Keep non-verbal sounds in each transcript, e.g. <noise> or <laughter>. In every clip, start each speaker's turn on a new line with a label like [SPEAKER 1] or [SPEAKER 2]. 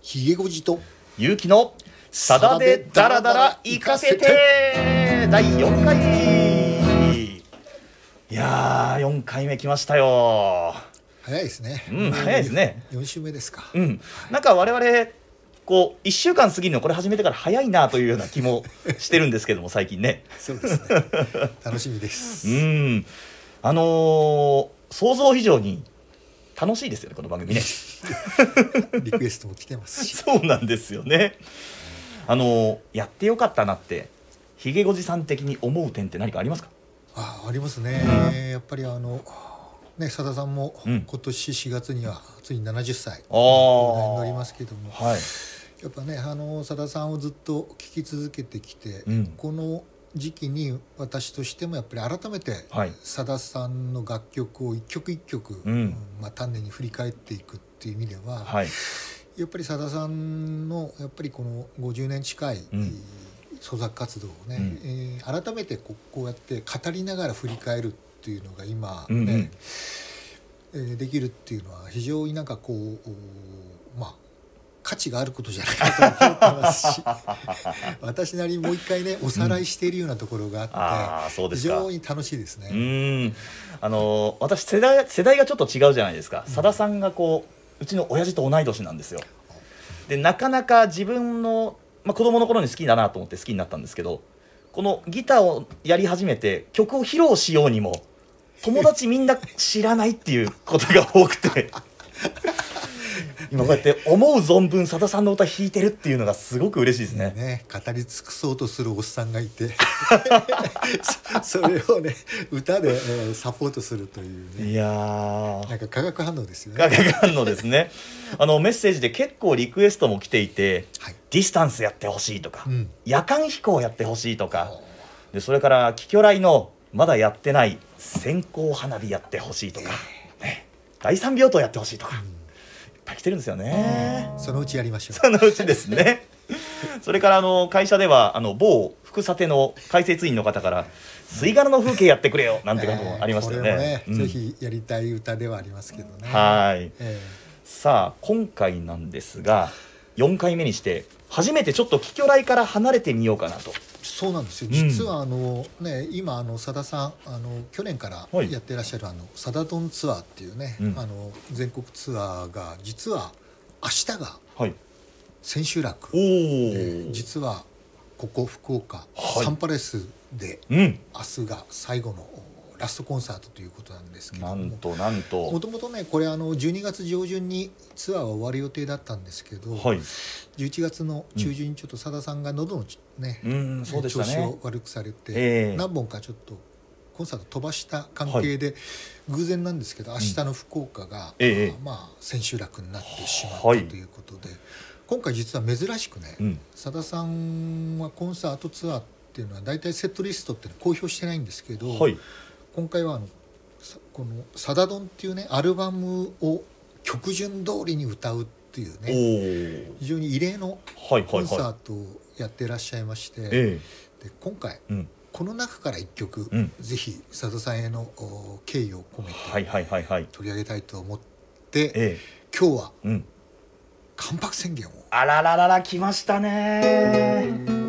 [SPEAKER 1] ひげごじと
[SPEAKER 2] ゆうきのさだでダラダラ行かせて第4回いやー4回目来ましたよ
[SPEAKER 1] 早いですね
[SPEAKER 2] うん早いですね
[SPEAKER 1] 4週目ですか、
[SPEAKER 2] うんなんか我々こう1週間過ぎるのこれ始めてから早いなというような気もしてるんですけども最近ね
[SPEAKER 1] そうですね楽しみです、
[SPEAKER 2] <laughs> うんあのー想像以上に楽しいですよねこの番組 <laughs> ね
[SPEAKER 1] リクエストも来てますし
[SPEAKER 2] そうなんですよね。あのやってよかったなってひげごじさん的に思う点って何かありますか？
[SPEAKER 1] あありますね、やっぱりあのねさださんも
[SPEAKER 2] うん
[SPEAKER 1] 今年4月にはついに70歳
[SPEAKER 2] あー
[SPEAKER 1] お亡くなりになりますけども
[SPEAKER 2] はい。
[SPEAKER 1] やっぱねあのさださんをずっと聞き続けてきて、
[SPEAKER 2] うん
[SPEAKER 1] この時期に私としてもやっぱり改めて
[SPEAKER 2] はい
[SPEAKER 1] さだ、さんの楽曲を一曲一曲、
[SPEAKER 2] うん
[SPEAKER 1] まあ、丹念に振り返っていくっていう意味では、
[SPEAKER 2] はい。
[SPEAKER 1] やっぱりさださんのやっぱりこの50年近い、
[SPEAKER 2] うん
[SPEAKER 1] えー創作活動をね、
[SPEAKER 2] うん
[SPEAKER 1] えー改めてここうやって語りながら振り返るっていうのが今ね、
[SPEAKER 2] うんうん
[SPEAKER 1] えーできるっていうのは非常になんかこうおまあ価値があることじゃないかと思ってます
[SPEAKER 2] <laughs>
[SPEAKER 1] し私なりにもう一回ねおさらいしているようなところがあっ
[SPEAKER 2] ああそう
[SPEAKER 1] て、
[SPEAKER 2] で
[SPEAKER 1] 非
[SPEAKER 2] すか。
[SPEAKER 1] 常
[SPEAKER 2] う
[SPEAKER 1] に楽しいですね。
[SPEAKER 2] ーん。あの私世代世代がちょっと違うじゃないですか。さださんがこううちの親父と同い年なんですよ。でなかなか自分のまあ子供の頃に好きだなと思って好きになったんですけど、このギターをやり始めて曲を披露しようにも友達みんな知らないっていうことが多くて。今こうやって思う存分さださんの歌弾いてるっていうのがすごく嬉しいですね。
[SPEAKER 1] ね、語り尽くそうとするおっさんがいて <laughs> そそれをね歌で、えーサポートするというね
[SPEAKER 2] いやー
[SPEAKER 1] なんか化学反応ですよね。
[SPEAKER 2] ガガガンので
[SPEAKER 1] <laughs>
[SPEAKER 2] すねあのメッセージで結構リクエストも来ていて
[SPEAKER 1] はい
[SPEAKER 2] ディスタンスやってほしいとか、
[SPEAKER 1] うん
[SPEAKER 2] 夜間飛行やってほしいとかでそれから「キキョライ」のまだやってない線香花火やってほしいとか、ね第三病棟やってほしいとか、いっぱい来てるんですよね。
[SPEAKER 1] そのうちやりましょう。
[SPEAKER 2] そのうちですね。それからあの会社ではあの某副査定の解説員の方から「吸い殻の風景やってくれよ」なんてこともありましたよ
[SPEAKER 1] えー
[SPEAKER 2] ね。
[SPEAKER 1] こ
[SPEAKER 2] う
[SPEAKER 1] れもね、
[SPEAKER 2] ん
[SPEAKER 1] ぜひやりたい歌ではありますけどね。
[SPEAKER 2] はい
[SPEAKER 1] え
[SPEAKER 2] さあ今回なんですが4回目にして初めてちょっと「キキョライ」から離れてみようかなと。
[SPEAKER 1] ーそうなんですよ。
[SPEAKER 2] ん
[SPEAKER 1] 実はあの、ね今あのさださんあの去年から
[SPEAKER 2] はい
[SPEAKER 1] やってらっしゃるあのさだドンツアーっていうね、
[SPEAKER 2] うん
[SPEAKER 1] あの全国ツアーが実は明日が
[SPEAKER 2] はい、
[SPEAKER 1] 千秋楽。
[SPEAKER 2] おお、
[SPEAKER 1] 実はここ福岡、
[SPEAKER 2] はい
[SPEAKER 1] サンパレスで
[SPEAKER 2] うん
[SPEAKER 1] 明日が最後のラストコンサートということなんですけれ
[SPEAKER 2] な
[SPEAKER 1] ど
[SPEAKER 2] ん
[SPEAKER 1] も
[SPEAKER 2] となん
[SPEAKER 1] も
[SPEAKER 2] と。
[SPEAKER 1] ともとねこれあの12月上旬にツアーは終わる予定だったんですけど、
[SPEAKER 2] はい。
[SPEAKER 1] 11月の中旬にちょっとさださんが喉のちね、
[SPEAKER 2] うん、そうでした
[SPEAKER 1] 調子
[SPEAKER 2] ね
[SPEAKER 1] を。悪くされて、
[SPEAKER 2] ええ
[SPEAKER 1] 何本かちょっとコンサート飛ばした関係で、偶然なんですけど明日の福岡が、
[SPEAKER 2] ええ
[SPEAKER 1] まあまあ千秋楽になってしまったと
[SPEAKER 2] はい
[SPEAKER 1] いうことで、今回実は珍しくね、
[SPEAKER 2] うん。
[SPEAKER 1] さださんはコンサートツアーっていうのは大体セットリストっていうのは公表してないんですけど、
[SPEAKER 2] はい。
[SPEAKER 1] 今回はあのさこの「さだどん」っていうねアルバムを曲順通りに歌うっていう
[SPEAKER 2] お
[SPEAKER 1] ね非常に異例の
[SPEAKER 2] お。はいは
[SPEAKER 1] コ
[SPEAKER 2] い
[SPEAKER 1] ンサ
[SPEAKER 2] は
[SPEAKER 1] ー
[SPEAKER 2] い。
[SPEAKER 1] トをやってらっしゃいまして、
[SPEAKER 2] え
[SPEAKER 1] で今回
[SPEAKER 2] え。うん。
[SPEAKER 1] この中から1曲、
[SPEAKER 2] うん
[SPEAKER 1] ぜひさださんへのお敬意を込めて
[SPEAKER 2] はいはいはいはい。
[SPEAKER 1] 取り上げたいと思って、
[SPEAKER 2] え
[SPEAKER 1] 今日は
[SPEAKER 2] え。うん。
[SPEAKER 1] 関白宣言を
[SPEAKER 2] あらららら来ましたね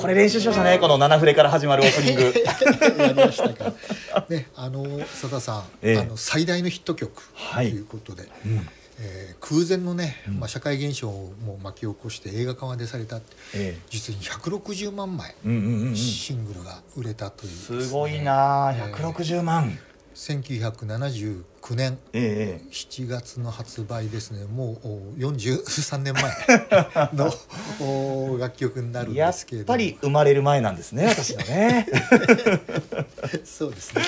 [SPEAKER 2] これ練習しましたねこの7フレから始まるオープニ
[SPEAKER 1] <laughs>
[SPEAKER 2] ング
[SPEAKER 1] やりましたが、ね、あのさださん、
[SPEAKER 2] ええ
[SPEAKER 1] あの最大のヒット曲と
[SPEAKER 2] はい
[SPEAKER 1] いうことで、
[SPEAKER 2] うん
[SPEAKER 1] えー空前のね、まあ、社会現象をもう巻き起こして映画化までされたって
[SPEAKER 2] え
[SPEAKER 1] 実に160万枚
[SPEAKER 2] えうんうんうんうんす
[SPEAKER 1] シングルが売れたというですね、
[SPEAKER 2] ごいなあ160万
[SPEAKER 1] 1979年
[SPEAKER 2] ええ
[SPEAKER 1] 7月の発売ですねもうお43年前
[SPEAKER 2] <laughs>
[SPEAKER 1] のお楽曲になるん
[SPEAKER 2] や
[SPEAKER 1] で
[SPEAKER 2] っ
[SPEAKER 1] すけれど
[SPEAKER 2] ぱ
[SPEAKER 1] も
[SPEAKER 2] り生まれる前な
[SPEAKER 1] <laughs>
[SPEAKER 2] んですね私のね
[SPEAKER 1] そうですね。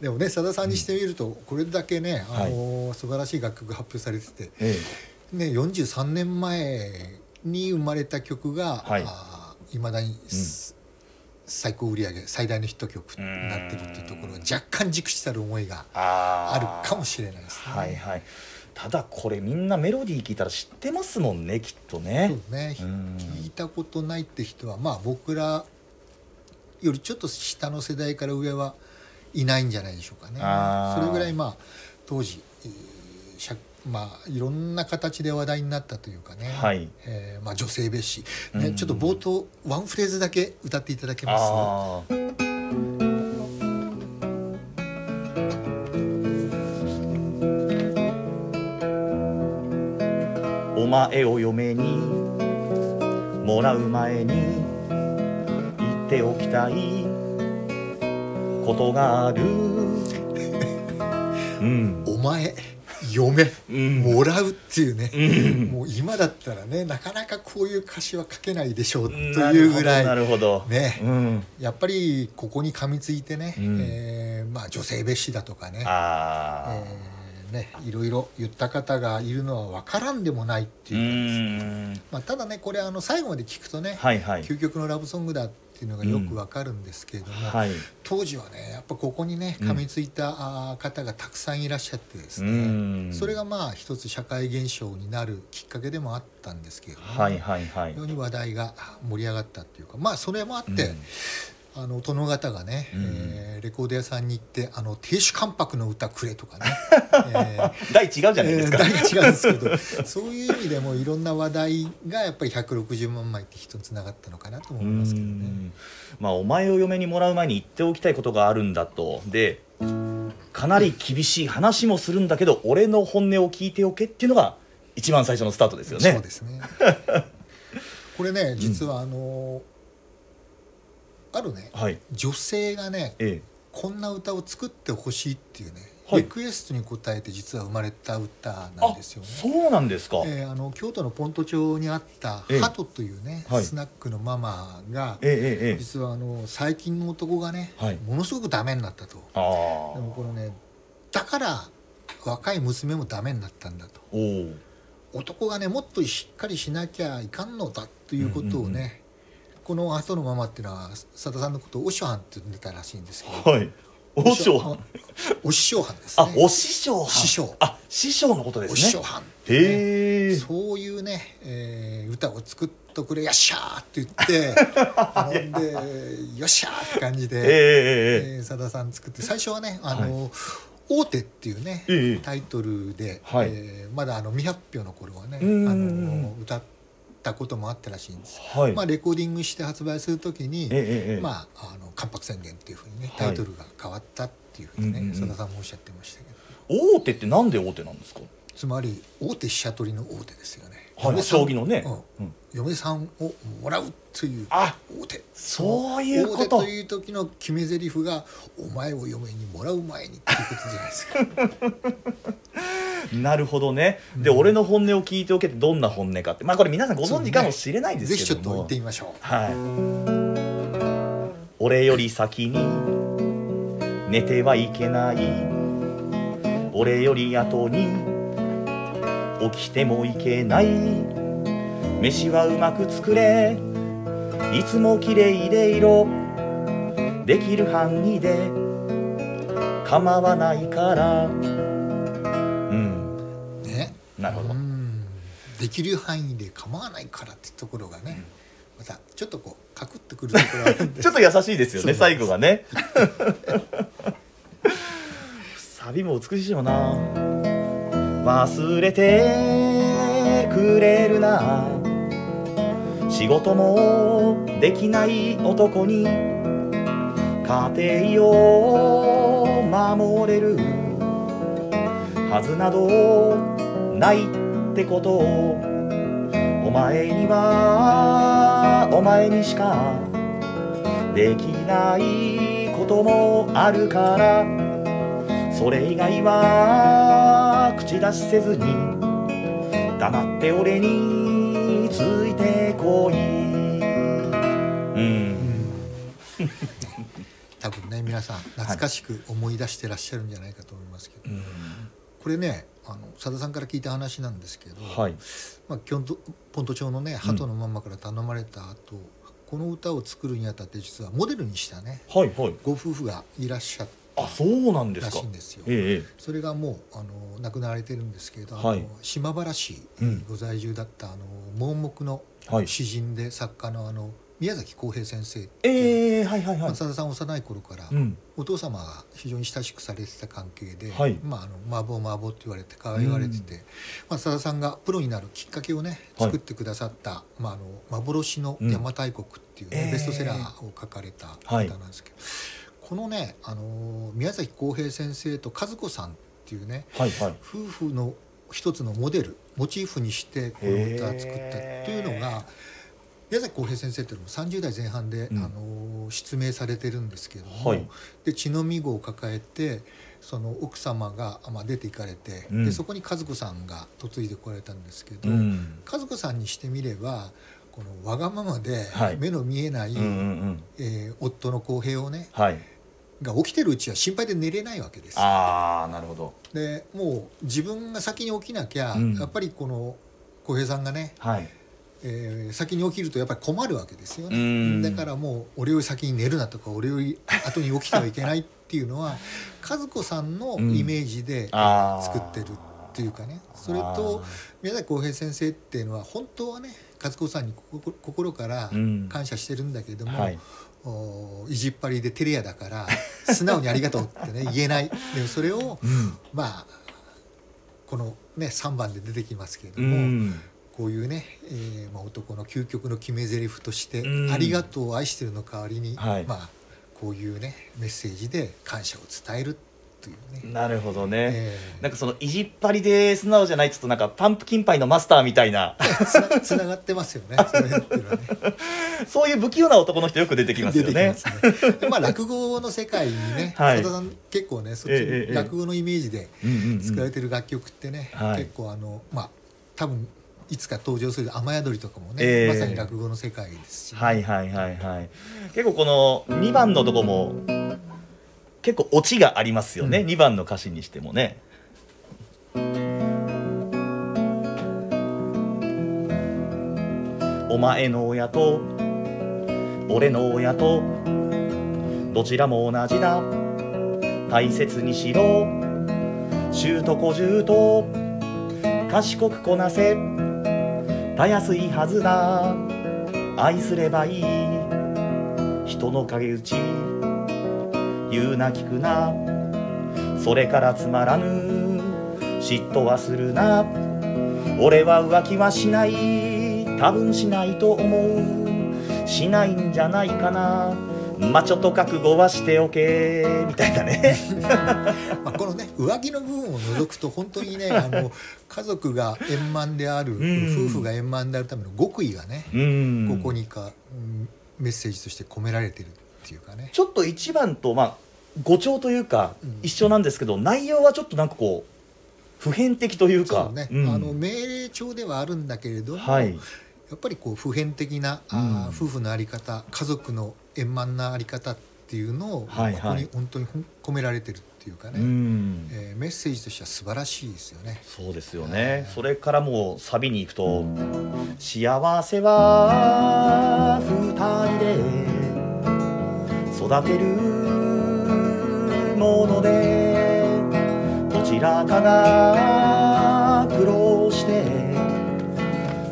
[SPEAKER 1] でもね、さださんにしてみると、これだけね、あの素晴らしい楽曲が発表されてて、
[SPEAKER 2] え
[SPEAKER 1] ね、43年前に生まれた曲が、
[SPEAKER 2] はい
[SPEAKER 1] いまだに、最高売り上げ最大のヒット曲になってるっていうところは若干熟知たる思いが
[SPEAKER 2] えあ
[SPEAKER 1] あるかも
[SPEAKER 2] し
[SPEAKER 1] しれないですね。
[SPEAKER 2] はいはいただこれみんなメロディー聞いたら知ってますもんねきっとね
[SPEAKER 1] そうね、
[SPEAKER 2] うん
[SPEAKER 1] 聞いたことないって人はまあ僕らよりちょっと下の世代から上はいないんじゃないでしょうかね
[SPEAKER 2] あー
[SPEAKER 1] それぐらいまあ当時、えー社まあ、いろんな形で話題になったというかね、
[SPEAKER 2] はい
[SPEAKER 1] えーまあ、女性蔑視、
[SPEAKER 2] う
[SPEAKER 1] ね、
[SPEAKER 2] ん
[SPEAKER 1] ちょっと冒頭ワンフレーズだけ歌っていただけま
[SPEAKER 2] ああお前を嫁にもらう前に言っておきたいこと
[SPEAKER 1] <laughs>
[SPEAKER 2] があるうん
[SPEAKER 1] すお前嫁
[SPEAKER 2] うん
[SPEAKER 1] もらうっていうね、もう今だったらねなかなかこういう歌詞は書けないでしょうというぐらい
[SPEAKER 2] なるほどなるほ
[SPEAKER 1] ね
[SPEAKER 2] どうん
[SPEAKER 1] やっぱりここに噛みついてね、
[SPEAKER 2] うん
[SPEAKER 1] えーまあ、女性蔑視だとかね,、
[SPEAKER 2] ああ、
[SPEAKER 1] えーねいろいろ言った方がいるのは分からんでもないって
[SPEAKER 2] う
[SPEAKER 1] いう、
[SPEAKER 2] ーん
[SPEAKER 1] まあ、ただねこれあの最後まで聞くとね、
[SPEAKER 2] はいはい
[SPEAKER 1] 究極のラブソングだっていうのがよく分かるんですけれども、
[SPEAKER 2] はい
[SPEAKER 1] 当時はねやっぱここにね
[SPEAKER 2] うん
[SPEAKER 1] 噛みついたあー方がたくさんいらっしゃってです
[SPEAKER 2] う
[SPEAKER 1] ね
[SPEAKER 2] ん
[SPEAKER 1] それがまあ一つ社会現象になるきっかけでもあったんですけれども、
[SPEAKER 2] はいはいはい
[SPEAKER 1] 非常に話題が盛り上がったっていうかまあそれもあって、
[SPEAKER 2] うん
[SPEAKER 1] あの殿方がね、
[SPEAKER 2] うん
[SPEAKER 1] えーレコード屋さんに行って「あの亭主関白の歌くれ」と
[SPEAKER 2] <laughs>
[SPEAKER 1] かね、えー
[SPEAKER 2] 題違うじゃないですか、
[SPEAKER 1] えー題が違うんですけどそういう意味でもいろんな話題がやっぱり160万枚って人につながったのかなとも
[SPEAKER 2] う
[SPEAKER 1] 思いますけどね。
[SPEAKER 2] んまあお前を嫁にもらう前に言っておきたいことがあるんだとでかなり厳しい話もするんだけど俺の本音を聞いておけっていうのが一番最初のスタートですよね
[SPEAKER 1] そうですねこれね実はあのーあるね
[SPEAKER 2] はい
[SPEAKER 1] 女性がね
[SPEAKER 2] え
[SPEAKER 1] こんな歌を作ってほしいっていうね、
[SPEAKER 2] はい
[SPEAKER 1] リクエストに応えて実は生まれた歌
[SPEAKER 2] え
[SPEAKER 1] なんですよね。
[SPEAKER 2] そうなんですか、
[SPEAKER 1] えーあの京都のポント町にあった
[SPEAKER 2] ええ
[SPEAKER 1] ハトというね、
[SPEAKER 2] はい
[SPEAKER 1] スナックのママが、
[SPEAKER 2] ええええええ
[SPEAKER 1] 実はあの最近の男がね、
[SPEAKER 2] はい
[SPEAKER 1] ものすごくダメになったとで
[SPEAKER 2] ああ
[SPEAKER 1] もこのねだから若い娘もダメになったんだと
[SPEAKER 2] おお
[SPEAKER 1] 男がねもっとしっかりしなきゃいかんのだということをね、
[SPEAKER 2] うんうんうん
[SPEAKER 1] この後のママっていうのはさださんのことをお師匠飯って呼んでたらしいんですけど
[SPEAKER 2] はいお師匠は
[SPEAKER 1] お師匠飯です
[SPEAKER 2] あ
[SPEAKER 1] ね
[SPEAKER 2] お師匠は
[SPEAKER 1] 師匠
[SPEAKER 2] あ師匠のことで
[SPEAKER 1] お師
[SPEAKER 2] す
[SPEAKER 1] 匠
[SPEAKER 2] ね
[SPEAKER 1] 飯
[SPEAKER 2] へえ
[SPEAKER 1] そういうね、えー歌を作っとくれよっしゃーって
[SPEAKER 2] <laughs>
[SPEAKER 1] 言って頼んでよっしゃーって感じ
[SPEAKER 2] ええ
[SPEAKER 1] で。
[SPEAKER 2] ええええ
[SPEAKER 1] えーさださん作って最初はね「あの大手」っていうね、
[SPEAKER 2] ええ
[SPEAKER 1] タイトルで、
[SPEAKER 2] はい
[SPEAKER 1] えーまだあの未発表の頃はねあ
[SPEAKER 2] うん
[SPEAKER 1] の歌ったこともあったらしいんです、
[SPEAKER 2] はい、
[SPEAKER 1] まあ、レコーディングして発売する時に
[SPEAKER 2] ええええええ
[SPEAKER 1] まああの「関白宣言」っていうふうにね
[SPEAKER 2] はい
[SPEAKER 1] タイトルが変わったっていうふうに
[SPEAKER 2] うんうんう
[SPEAKER 1] ね
[SPEAKER 2] ん
[SPEAKER 1] さださんもおっしゃってましたけど
[SPEAKER 2] 大手ってなんで大手なんですか
[SPEAKER 1] つまり大手飛車取りの大手ですよね。
[SPEAKER 2] はい、
[SPEAKER 1] 嫁さん
[SPEAKER 2] 将棋のね、
[SPEAKER 1] う
[SPEAKER 2] うんん
[SPEAKER 1] 嫁さんをもらうという
[SPEAKER 2] あ
[SPEAKER 1] 大手
[SPEAKER 2] そういうこ
[SPEAKER 1] 大
[SPEAKER 2] と
[SPEAKER 1] 手という時の決め台詞が「お前を嫁にもらう前に」っていうことじゃないですか
[SPEAKER 2] なるほどねで、俺の本音を聞いておけってどんな本音かってまあこれ皆さんご存知かもしれない <laughs> です
[SPEAKER 1] ぜひち
[SPEAKER 2] け
[SPEAKER 1] ょっと
[SPEAKER 2] ど
[SPEAKER 1] 言っ
[SPEAKER 2] も、
[SPEAKER 1] てみましょ
[SPEAKER 2] はい俺より先に寝てはいけない俺より後に起きてもいけない飯はうまく作れいつもきれいでいろできる範囲で構わないからうん
[SPEAKER 1] うね
[SPEAKER 2] なるほど
[SPEAKER 1] うんできる範囲で構わないからってところがね、またちょっとこうかくってくるところがあるんで
[SPEAKER 2] <laughs> ちょっと優しいですよ
[SPEAKER 1] そうなんで
[SPEAKER 2] ね
[SPEAKER 1] す
[SPEAKER 2] 最後がね <laughs> サビも美しいよな忘れてくれるな仕事もできない男に家庭を守れるはずなどないってことをお前にはお前にしかできないこともあるからそれ以外は口出しせずに黙って俺についてこいうん
[SPEAKER 1] 多分ね皆さん懐かしく思い出してらっしゃるんじゃないかと思いますけど、これねあのさださんから聞いた話なんですけど、
[SPEAKER 2] はい
[SPEAKER 1] まあ、キョントポント町のね鳩のママから頼まれた後、この歌を作るにあたって実はモデルにしたね
[SPEAKER 2] はいはい
[SPEAKER 1] ご夫婦がいらっしゃっ
[SPEAKER 2] あそうなんで
[SPEAKER 1] ら
[SPEAKER 2] す
[SPEAKER 1] し
[SPEAKER 2] か
[SPEAKER 1] いんですよ。
[SPEAKER 2] え
[SPEAKER 1] それがもうあの亡くなられてるんですけれど、
[SPEAKER 2] はい
[SPEAKER 1] あの島原市
[SPEAKER 2] うん
[SPEAKER 1] ご在住だったあの盲目の
[SPEAKER 2] はい
[SPEAKER 1] 詩人で作家のあの宮崎康平先生っていう、
[SPEAKER 2] ええはいはいはい
[SPEAKER 1] 松田さん幼い頃から、
[SPEAKER 2] うん
[SPEAKER 1] お父様が非常に親しくされてた関係で、
[SPEAKER 2] はい
[SPEAKER 1] まああの麻婆麻婆って言われて可愛がられてて、まあ佐田さんがプロになるきっかけをね
[SPEAKER 2] はい
[SPEAKER 1] 作ってくださった、まああの幻の邪馬台国っていうね、
[SPEAKER 2] うんえー
[SPEAKER 1] ベストセラーを書かれた方なんですけど、このねあの宮崎康平先生と和子さんっていうね
[SPEAKER 2] はいはい
[SPEAKER 1] 夫婦の一つのモデルモチーフにしてこの歌作った
[SPEAKER 2] へー
[SPEAKER 1] というのが宮崎康平先生っていうのも30代前半で、
[SPEAKER 2] うん
[SPEAKER 1] あの失明されてるんですけれども、
[SPEAKER 2] はい
[SPEAKER 1] で血のみ子を抱えてその奥様が、まあ、出ていかれて、
[SPEAKER 2] うん
[SPEAKER 1] でそこに和子さんが嫁いでこられたんですけど、
[SPEAKER 2] うん
[SPEAKER 1] 和子さんにしてみればこのわがままで
[SPEAKER 2] はい
[SPEAKER 1] 目の見えない、
[SPEAKER 2] うんうんうん
[SPEAKER 1] えー夫の康平をね
[SPEAKER 2] はい
[SPEAKER 1] が起きてるうちは心配で寝れないわけです。
[SPEAKER 2] ああなるほど
[SPEAKER 1] でもう自分が先に起きなきゃ、
[SPEAKER 2] うん
[SPEAKER 1] やっぱりこの小平さんがね、
[SPEAKER 2] はい
[SPEAKER 1] えー先に起きるとやっぱり困るわけですよ
[SPEAKER 2] う
[SPEAKER 1] ね
[SPEAKER 2] ん
[SPEAKER 1] だからもう俺より先に寝るなとか俺より後に起きてはいけないっていう
[SPEAKER 2] <laughs>
[SPEAKER 1] のは和子さんのイメージで
[SPEAKER 2] あー
[SPEAKER 1] 作ってるっていうかねそれと宮崎浩平先生っていうのは本当はね和子さんに心心から
[SPEAKER 2] うん
[SPEAKER 1] 感謝してるんだけども、
[SPEAKER 2] はい
[SPEAKER 1] お意地っ張りで照れ屋だから <laughs> 素直にありがとうってね言えないでもそれを
[SPEAKER 2] うん
[SPEAKER 1] まあこのね3番で出てきますけれど
[SPEAKER 2] う
[SPEAKER 1] も、
[SPEAKER 2] ん
[SPEAKER 1] こういうね、えーまあ、男の究極の決め台詞として
[SPEAKER 2] うん
[SPEAKER 1] ありがとうを愛してる」の代わりに、
[SPEAKER 2] はい
[SPEAKER 1] まあ、こういうねメッセージで感謝を伝えるというね。
[SPEAKER 2] なるほどね
[SPEAKER 1] えー
[SPEAKER 2] なんかその意地っ張りで素直じゃないちょっとなんかパンプキンパイのマスターみたいな <laughs>
[SPEAKER 1] つなつながってますよね。その辺っていうのはね
[SPEAKER 2] そういう不器用な男の人よく出てきますよね
[SPEAKER 1] 出てきますねでまあ落語の世界にね、
[SPEAKER 2] はい
[SPEAKER 1] 佐田さん結構ね、そっ
[SPEAKER 2] え
[SPEAKER 1] ち
[SPEAKER 2] えええ
[SPEAKER 1] 落語のイメージで
[SPEAKER 2] うんうんうん
[SPEAKER 1] 作られてる楽曲ってね、
[SPEAKER 2] はい
[SPEAKER 1] 結構あのまあ多分いつか登場する雨宿りとかもね、
[SPEAKER 2] ええ
[SPEAKER 1] まさに落語の世界ですしね、
[SPEAKER 2] はいはいはいはい結構この2番のとこも結構オチがありますよね、
[SPEAKER 1] うん
[SPEAKER 2] 2番の歌詞にしてもね「お前の親と俺の親とどちらも同じだ大切にしろ」「中と小中と賢くこなせたやすいはずだ」愛すればいい人の陰口言うな聞くなそれからつまらぬ嫉妬はするな俺は浮気はしない多分しないと思うしないんじゃないかなまあちょっと覚悟はしておけみたいなね
[SPEAKER 1] まあ、このね上着の部分を除くと本当に
[SPEAKER 2] <laughs>
[SPEAKER 1] ねあの家族が円満である、
[SPEAKER 2] うん
[SPEAKER 1] 夫婦が円満であるための極意がね、
[SPEAKER 2] うん
[SPEAKER 1] ここにか、うんメッセージとして込められてるっていうかね。
[SPEAKER 2] ちょっと一番とまあ語調というか
[SPEAKER 1] うん
[SPEAKER 2] 一緒なんですけど、内容はちょっとなんかこう普遍的というか
[SPEAKER 1] そうね、
[SPEAKER 2] うん
[SPEAKER 1] あの命令帳ではあるんだけれども、
[SPEAKER 2] はい
[SPEAKER 1] やっぱりこう普遍的な、あー
[SPEAKER 2] うん
[SPEAKER 1] 夫婦のあり方家族の円満なあり方っていうのを、
[SPEAKER 2] はい
[SPEAKER 1] ここ
[SPEAKER 2] はい
[SPEAKER 1] に本当にほん込められてるっていうかね、
[SPEAKER 2] うん
[SPEAKER 1] えーメッセージとしては素晴らしいですよね。
[SPEAKER 2] そうですよ
[SPEAKER 1] はい
[SPEAKER 2] ねそれからもうサビに行くと「幸せは二人で育てるものでどちらかが苦労して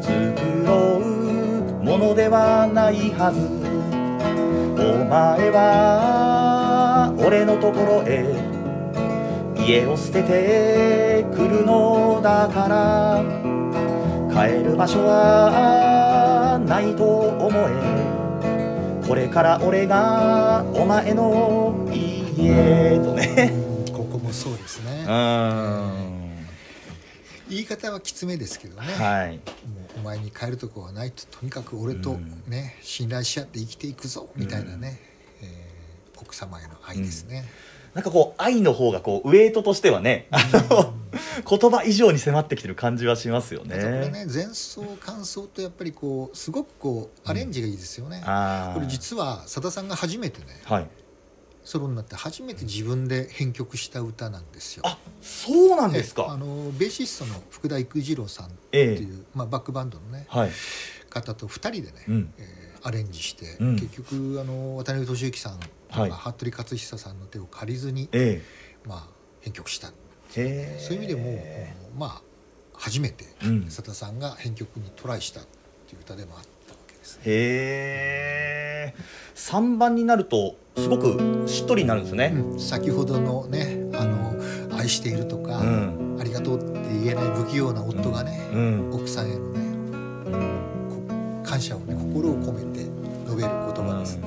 [SPEAKER 2] 作ろうものではないはず」「お前は俺のところへ」家を捨ててくるのだから帰る場所はないと思えこれから俺がお前の家とね
[SPEAKER 1] うんここもそうですね、
[SPEAKER 2] ん
[SPEAKER 1] 言い方はきつめですけどね、
[SPEAKER 2] はい
[SPEAKER 1] もうお前に帰るとこはないととにかく俺とね、信頼し合って生きていくぞみたいなね、えー奥様への愛ですね、
[SPEAKER 2] なんかこう愛の方がこうウエイトとしては <laughs> ねあの言葉以上に迫ってきてる感じはしますよ
[SPEAKER 1] だからこれね
[SPEAKER 2] ね。
[SPEAKER 1] 前奏感想とやっぱりこうすごくこうアレンジがいいですよね、
[SPEAKER 2] あー
[SPEAKER 1] これ実はさださんが初めてね
[SPEAKER 2] はい
[SPEAKER 1] ソロになって初めて自分で編曲した歌なんですよ。
[SPEAKER 2] あそうなんです
[SPEAKER 1] あ
[SPEAKER 2] か。
[SPEAKER 1] のベーシストの福田育次郎さんって
[SPEAKER 2] え
[SPEAKER 1] い
[SPEAKER 2] え
[SPEAKER 1] う、まあ、バックバンドのね
[SPEAKER 2] はい。
[SPEAKER 1] 方と2人でね、
[SPEAKER 2] うん
[SPEAKER 1] えーアレンジして、
[SPEAKER 2] うん
[SPEAKER 1] 結局あの渡辺俊之さんとか、
[SPEAKER 2] はい
[SPEAKER 1] 服部克久さんの手を借りずに、
[SPEAKER 2] え
[SPEAKER 1] まあ、編曲した
[SPEAKER 2] えへえ
[SPEAKER 1] そういう意味でも、まあ初めて
[SPEAKER 2] うん
[SPEAKER 1] 佐田さんが編曲にトライしたっていう歌でもあったわけです。ですね
[SPEAKER 2] へえ3番になるとすごくしっとりになるんですよね、
[SPEAKER 1] うん先ほどのねあの愛しているとか、
[SPEAKER 2] うん
[SPEAKER 1] ありがとうって言えない不器用な夫がね、
[SPEAKER 2] うん
[SPEAKER 1] 奥さんへのねこ感謝をね心を込めて述べる言葉ですね、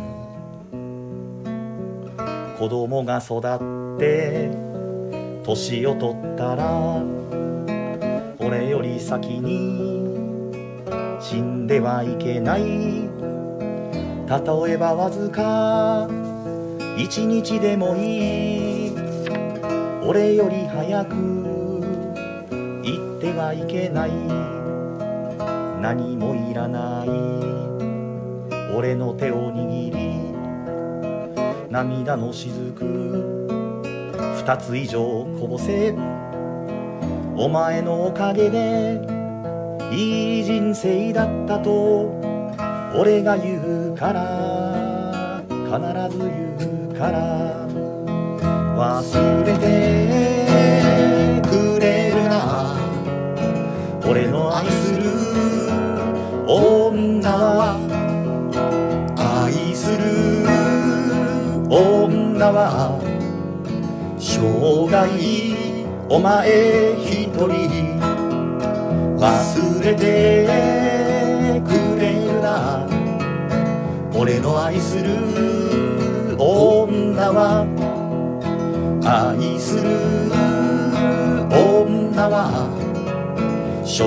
[SPEAKER 2] 子供が育って年を取ったら俺より先に死んではいけない例えばわずか一日でもいい俺より早く行ってはいけない何もいらない俺の手を握り涙のしずく二つ以上こぼせお前のおかげでいい人生だったと俺が言うから必ず言うから忘れてくれるな俺の愛する女は愛する女は生涯お前一人忘れてくれるな俺の愛する女は愛する女は生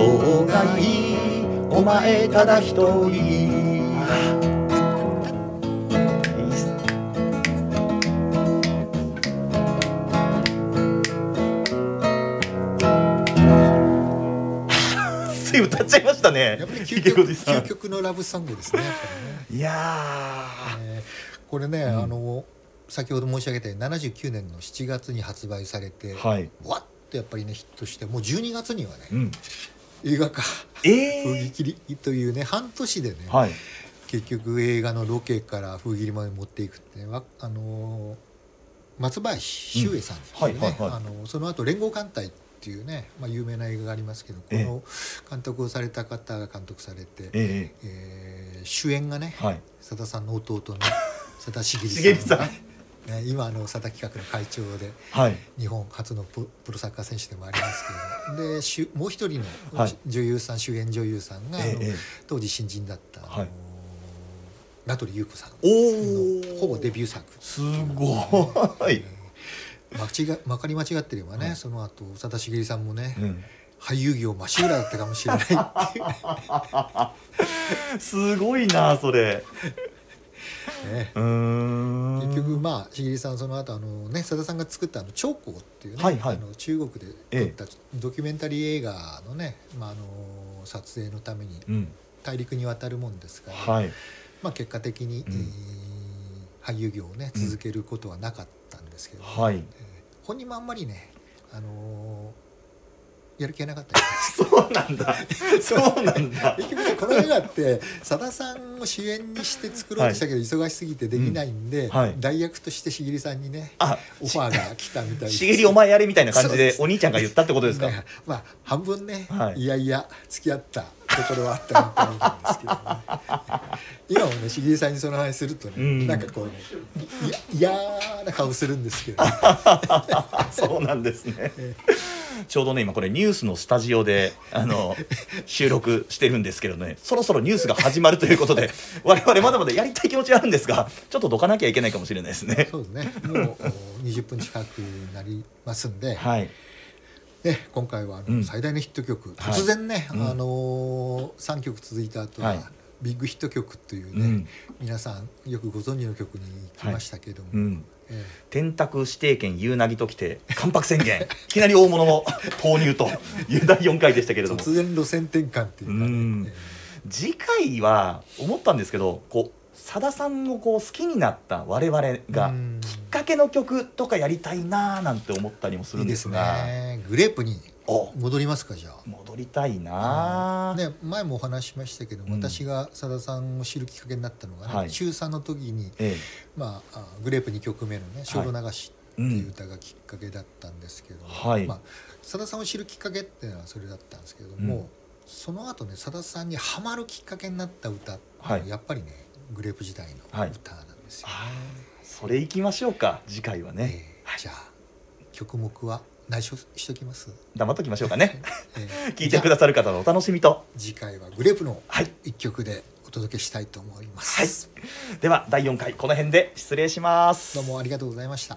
[SPEAKER 2] 涯お前ただ一人いいっすつい歌っちゃいましたね
[SPEAKER 1] やっぱり究
[SPEAKER 2] 池
[SPEAKER 1] 極
[SPEAKER 2] 子さ
[SPEAKER 1] 究
[SPEAKER 2] ん
[SPEAKER 1] 極のラブソングですねやっ
[SPEAKER 2] い
[SPEAKER 1] ぱ
[SPEAKER 2] や
[SPEAKER 1] りねえーこれね、あの先ほど申し上げたように79年の7月に発売されて、
[SPEAKER 2] ーはい、
[SPEAKER 1] わっとやっぱりねヒットしてもう12月にはね
[SPEAKER 2] うん、
[SPEAKER 1] 映画化
[SPEAKER 2] え
[SPEAKER 1] 封切りというね半年でね、
[SPEAKER 2] ー、はい
[SPEAKER 1] 結局映画のロケから封切りまで持っていくってねわあのー松林修英さんですね、
[SPEAKER 2] うんはいはいはい
[SPEAKER 1] あのその後連合艦隊」っていうね、まあ、有名な映画がありますけどこ
[SPEAKER 2] ええ
[SPEAKER 1] の監督をされた方が監督されて、え
[SPEAKER 2] え
[SPEAKER 1] ー主演がね、
[SPEAKER 2] ー、はい
[SPEAKER 1] 佐田さんの弟
[SPEAKER 2] <laughs>
[SPEAKER 1] の佐田茂
[SPEAKER 2] 茂
[SPEAKER 1] さ
[SPEAKER 2] さ
[SPEAKER 1] ん
[SPEAKER 2] ん
[SPEAKER 1] ねね今あの佐田企画の会長で
[SPEAKER 2] はい
[SPEAKER 1] 日本初のププロサッカー選手でもありますけれどもで主もう一人の、
[SPEAKER 2] はい
[SPEAKER 1] 女優さん主演女優さんが、あの
[SPEAKER 2] ええ
[SPEAKER 1] 当時新人だった、あの
[SPEAKER 2] はい
[SPEAKER 1] 名取裕子さん
[SPEAKER 2] お
[SPEAKER 1] のほぼデビュー作
[SPEAKER 2] すごい、
[SPEAKER 1] 間違まかり間違ってればね、その後佐田茂さんもね、
[SPEAKER 2] うん、
[SPEAKER 1] 俳優業まっしぐらだったかもしれない
[SPEAKER 2] <laughs> すごいなそれ
[SPEAKER 1] ね
[SPEAKER 2] うーん
[SPEAKER 1] 結局まあ茂さんその後あのね佐田さんが作ったあの「長江」っていうね、
[SPEAKER 2] はいはい
[SPEAKER 1] あの中国で撮ったドキュメンタリー映画のね、まあ、あの撮影のために
[SPEAKER 2] うん
[SPEAKER 1] 大陸に渡るもんですから、
[SPEAKER 2] はい
[SPEAKER 1] まあ、結果的に、
[SPEAKER 2] うん
[SPEAKER 1] えー俳優業をね
[SPEAKER 2] うん
[SPEAKER 1] 続けることはなかったんですけど、
[SPEAKER 2] は
[SPEAKER 1] え
[SPEAKER 2] い
[SPEAKER 1] ー本人もあんまりね、あのーやる気がなかったみたいです
[SPEAKER 2] そうなんだ <laughs> そうなんだ
[SPEAKER 1] 結局ねこの映画ってさださんを主演にして作ろうとしたけど、忙しすぎてできないんで、
[SPEAKER 2] んはい
[SPEAKER 1] 代役としてしぎりさんにね
[SPEAKER 2] あ
[SPEAKER 1] オファーが来たみたいです
[SPEAKER 2] しげりお前やれみたいな感じ
[SPEAKER 1] そうで
[SPEAKER 2] でお兄ちゃんが言ったってことですか
[SPEAKER 1] ねまあ半分ね、
[SPEAKER 2] はい
[SPEAKER 1] い、やいや付き合ったところはあったなと思うんですけどね
[SPEAKER 2] <laughs>
[SPEAKER 1] 今もねしぎりさんにその話するとね、
[SPEAKER 2] うん
[SPEAKER 1] なんかこう、ね、いいや嫌な顔するんですけどね、
[SPEAKER 2] そうなんですね。ちょうどね今これニュースのスタジオであの収録してるんですけどねそろそろニュースが始まるという <laughs> ことで我々まだまだやりたい気持ちはあるんですがちょっとどかなきゃいけないかもしれないですね。
[SPEAKER 1] そうです
[SPEAKER 2] <laughs>
[SPEAKER 1] ねもうお20分近くになりますんで、
[SPEAKER 2] はい、
[SPEAKER 1] ね、今回はあ
[SPEAKER 2] う
[SPEAKER 1] の
[SPEAKER 2] ん
[SPEAKER 1] 最大のヒット曲、
[SPEAKER 2] はい
[SPEAKER 1] 突然ね、
[SPEAKER 2] うん
[SPEAKER 1] あのー、3曲続いた後は、
[SPEAKER 2] はい
[SPEAKER 1] ビッグヒット曲というね、
[SPEAKER 2] うん
[SPEAKER 1] 皆さんよくご存知の曲に行きましたけども、
[SPEAKER 2] うん
[SPEAKER 1] え
[SPEAKER 2] 天卓指定券夕凪ときて関白宣言 <laughs> いきなり大物の投入という第4回でしたけれ
[SPEAKER 1] え
[SPEAKER 2] ども
[SPEAKER 1] 突然路線転換っていうかね、
[SPEAKER 2] うん
[SPEAKER 1] え
[SPEAKER 2] 次回は思ったんですけどこうさださんをこう好きになった我々が
[SPEAKER 1] うん
[SPEAKER 2] きっかけの曲とかやりたいなーなんて思ったりもす
[SPEAKER 1] えい
[SPEAKER 2] る
[SPEAKER 1] い
[SPEAKER 2] ん
[SPEAKER 1] で
[SPEAKER 2] ですすが
[SPEAKER 1] ねグレープに
[SPEAKER 2] お
[SPEAKER 1] 戻りますかじゃ
[SPEAKER 2] 戻りたい
[SPEAKER 1] あ、
[SPEAKER 2] なー、
[SPEAKER 1] ね、前もお話ししましたけど、
[SPEAKER 2] うん
[SPEAKER 1] 私がさださんを知るきっかけになったのがね、
[SPEAKER 2] はい
[SPEAKER 1] 中3の時に、
[SPEAKER 2] え
[SPEAKER 1] まああ、グレープ2曲目のね「精霊流し」
[SPEAKER 2] えう、
[SPEAKER 1] っていうん歌がきっかけだったんですけども、
[SPEAKER 2] はい
[SPEAKER 1] まあ、さださんを知るきっかけっていうのはそれだったんですけども、その後ねさださんにハマるきっかけになった歌、
[SPEAKER 2] はい
[SPEAKER 1] やっぱりねグレープ時代の
[SPEAKER 2] はい
[SPEAKER 1] 歌なんですよ、
[SPEAKER 2] あーそれいきましょうか次回はね、
[SPEAKER 1] えーじゃあ曲目は内緒しときます、
[SPEAKER 2] 黙っときましょう
[SPEAKER 1] <laughs>
[SPEAKER 2] かね
[SPEAKER 1] えー
[SPEAKER 2] <laughs> 聞いてくださる方のお楽しみと
[SPEAKER 1] 次回はグレープの
[SPEAKER 2] はい
[SPEAKER 1] 一曲でお届けしたいと思います、
[SPEAKER 2] はいでは第4回この辺で失礼します
[SPEAKER 1] どうもありがとうございました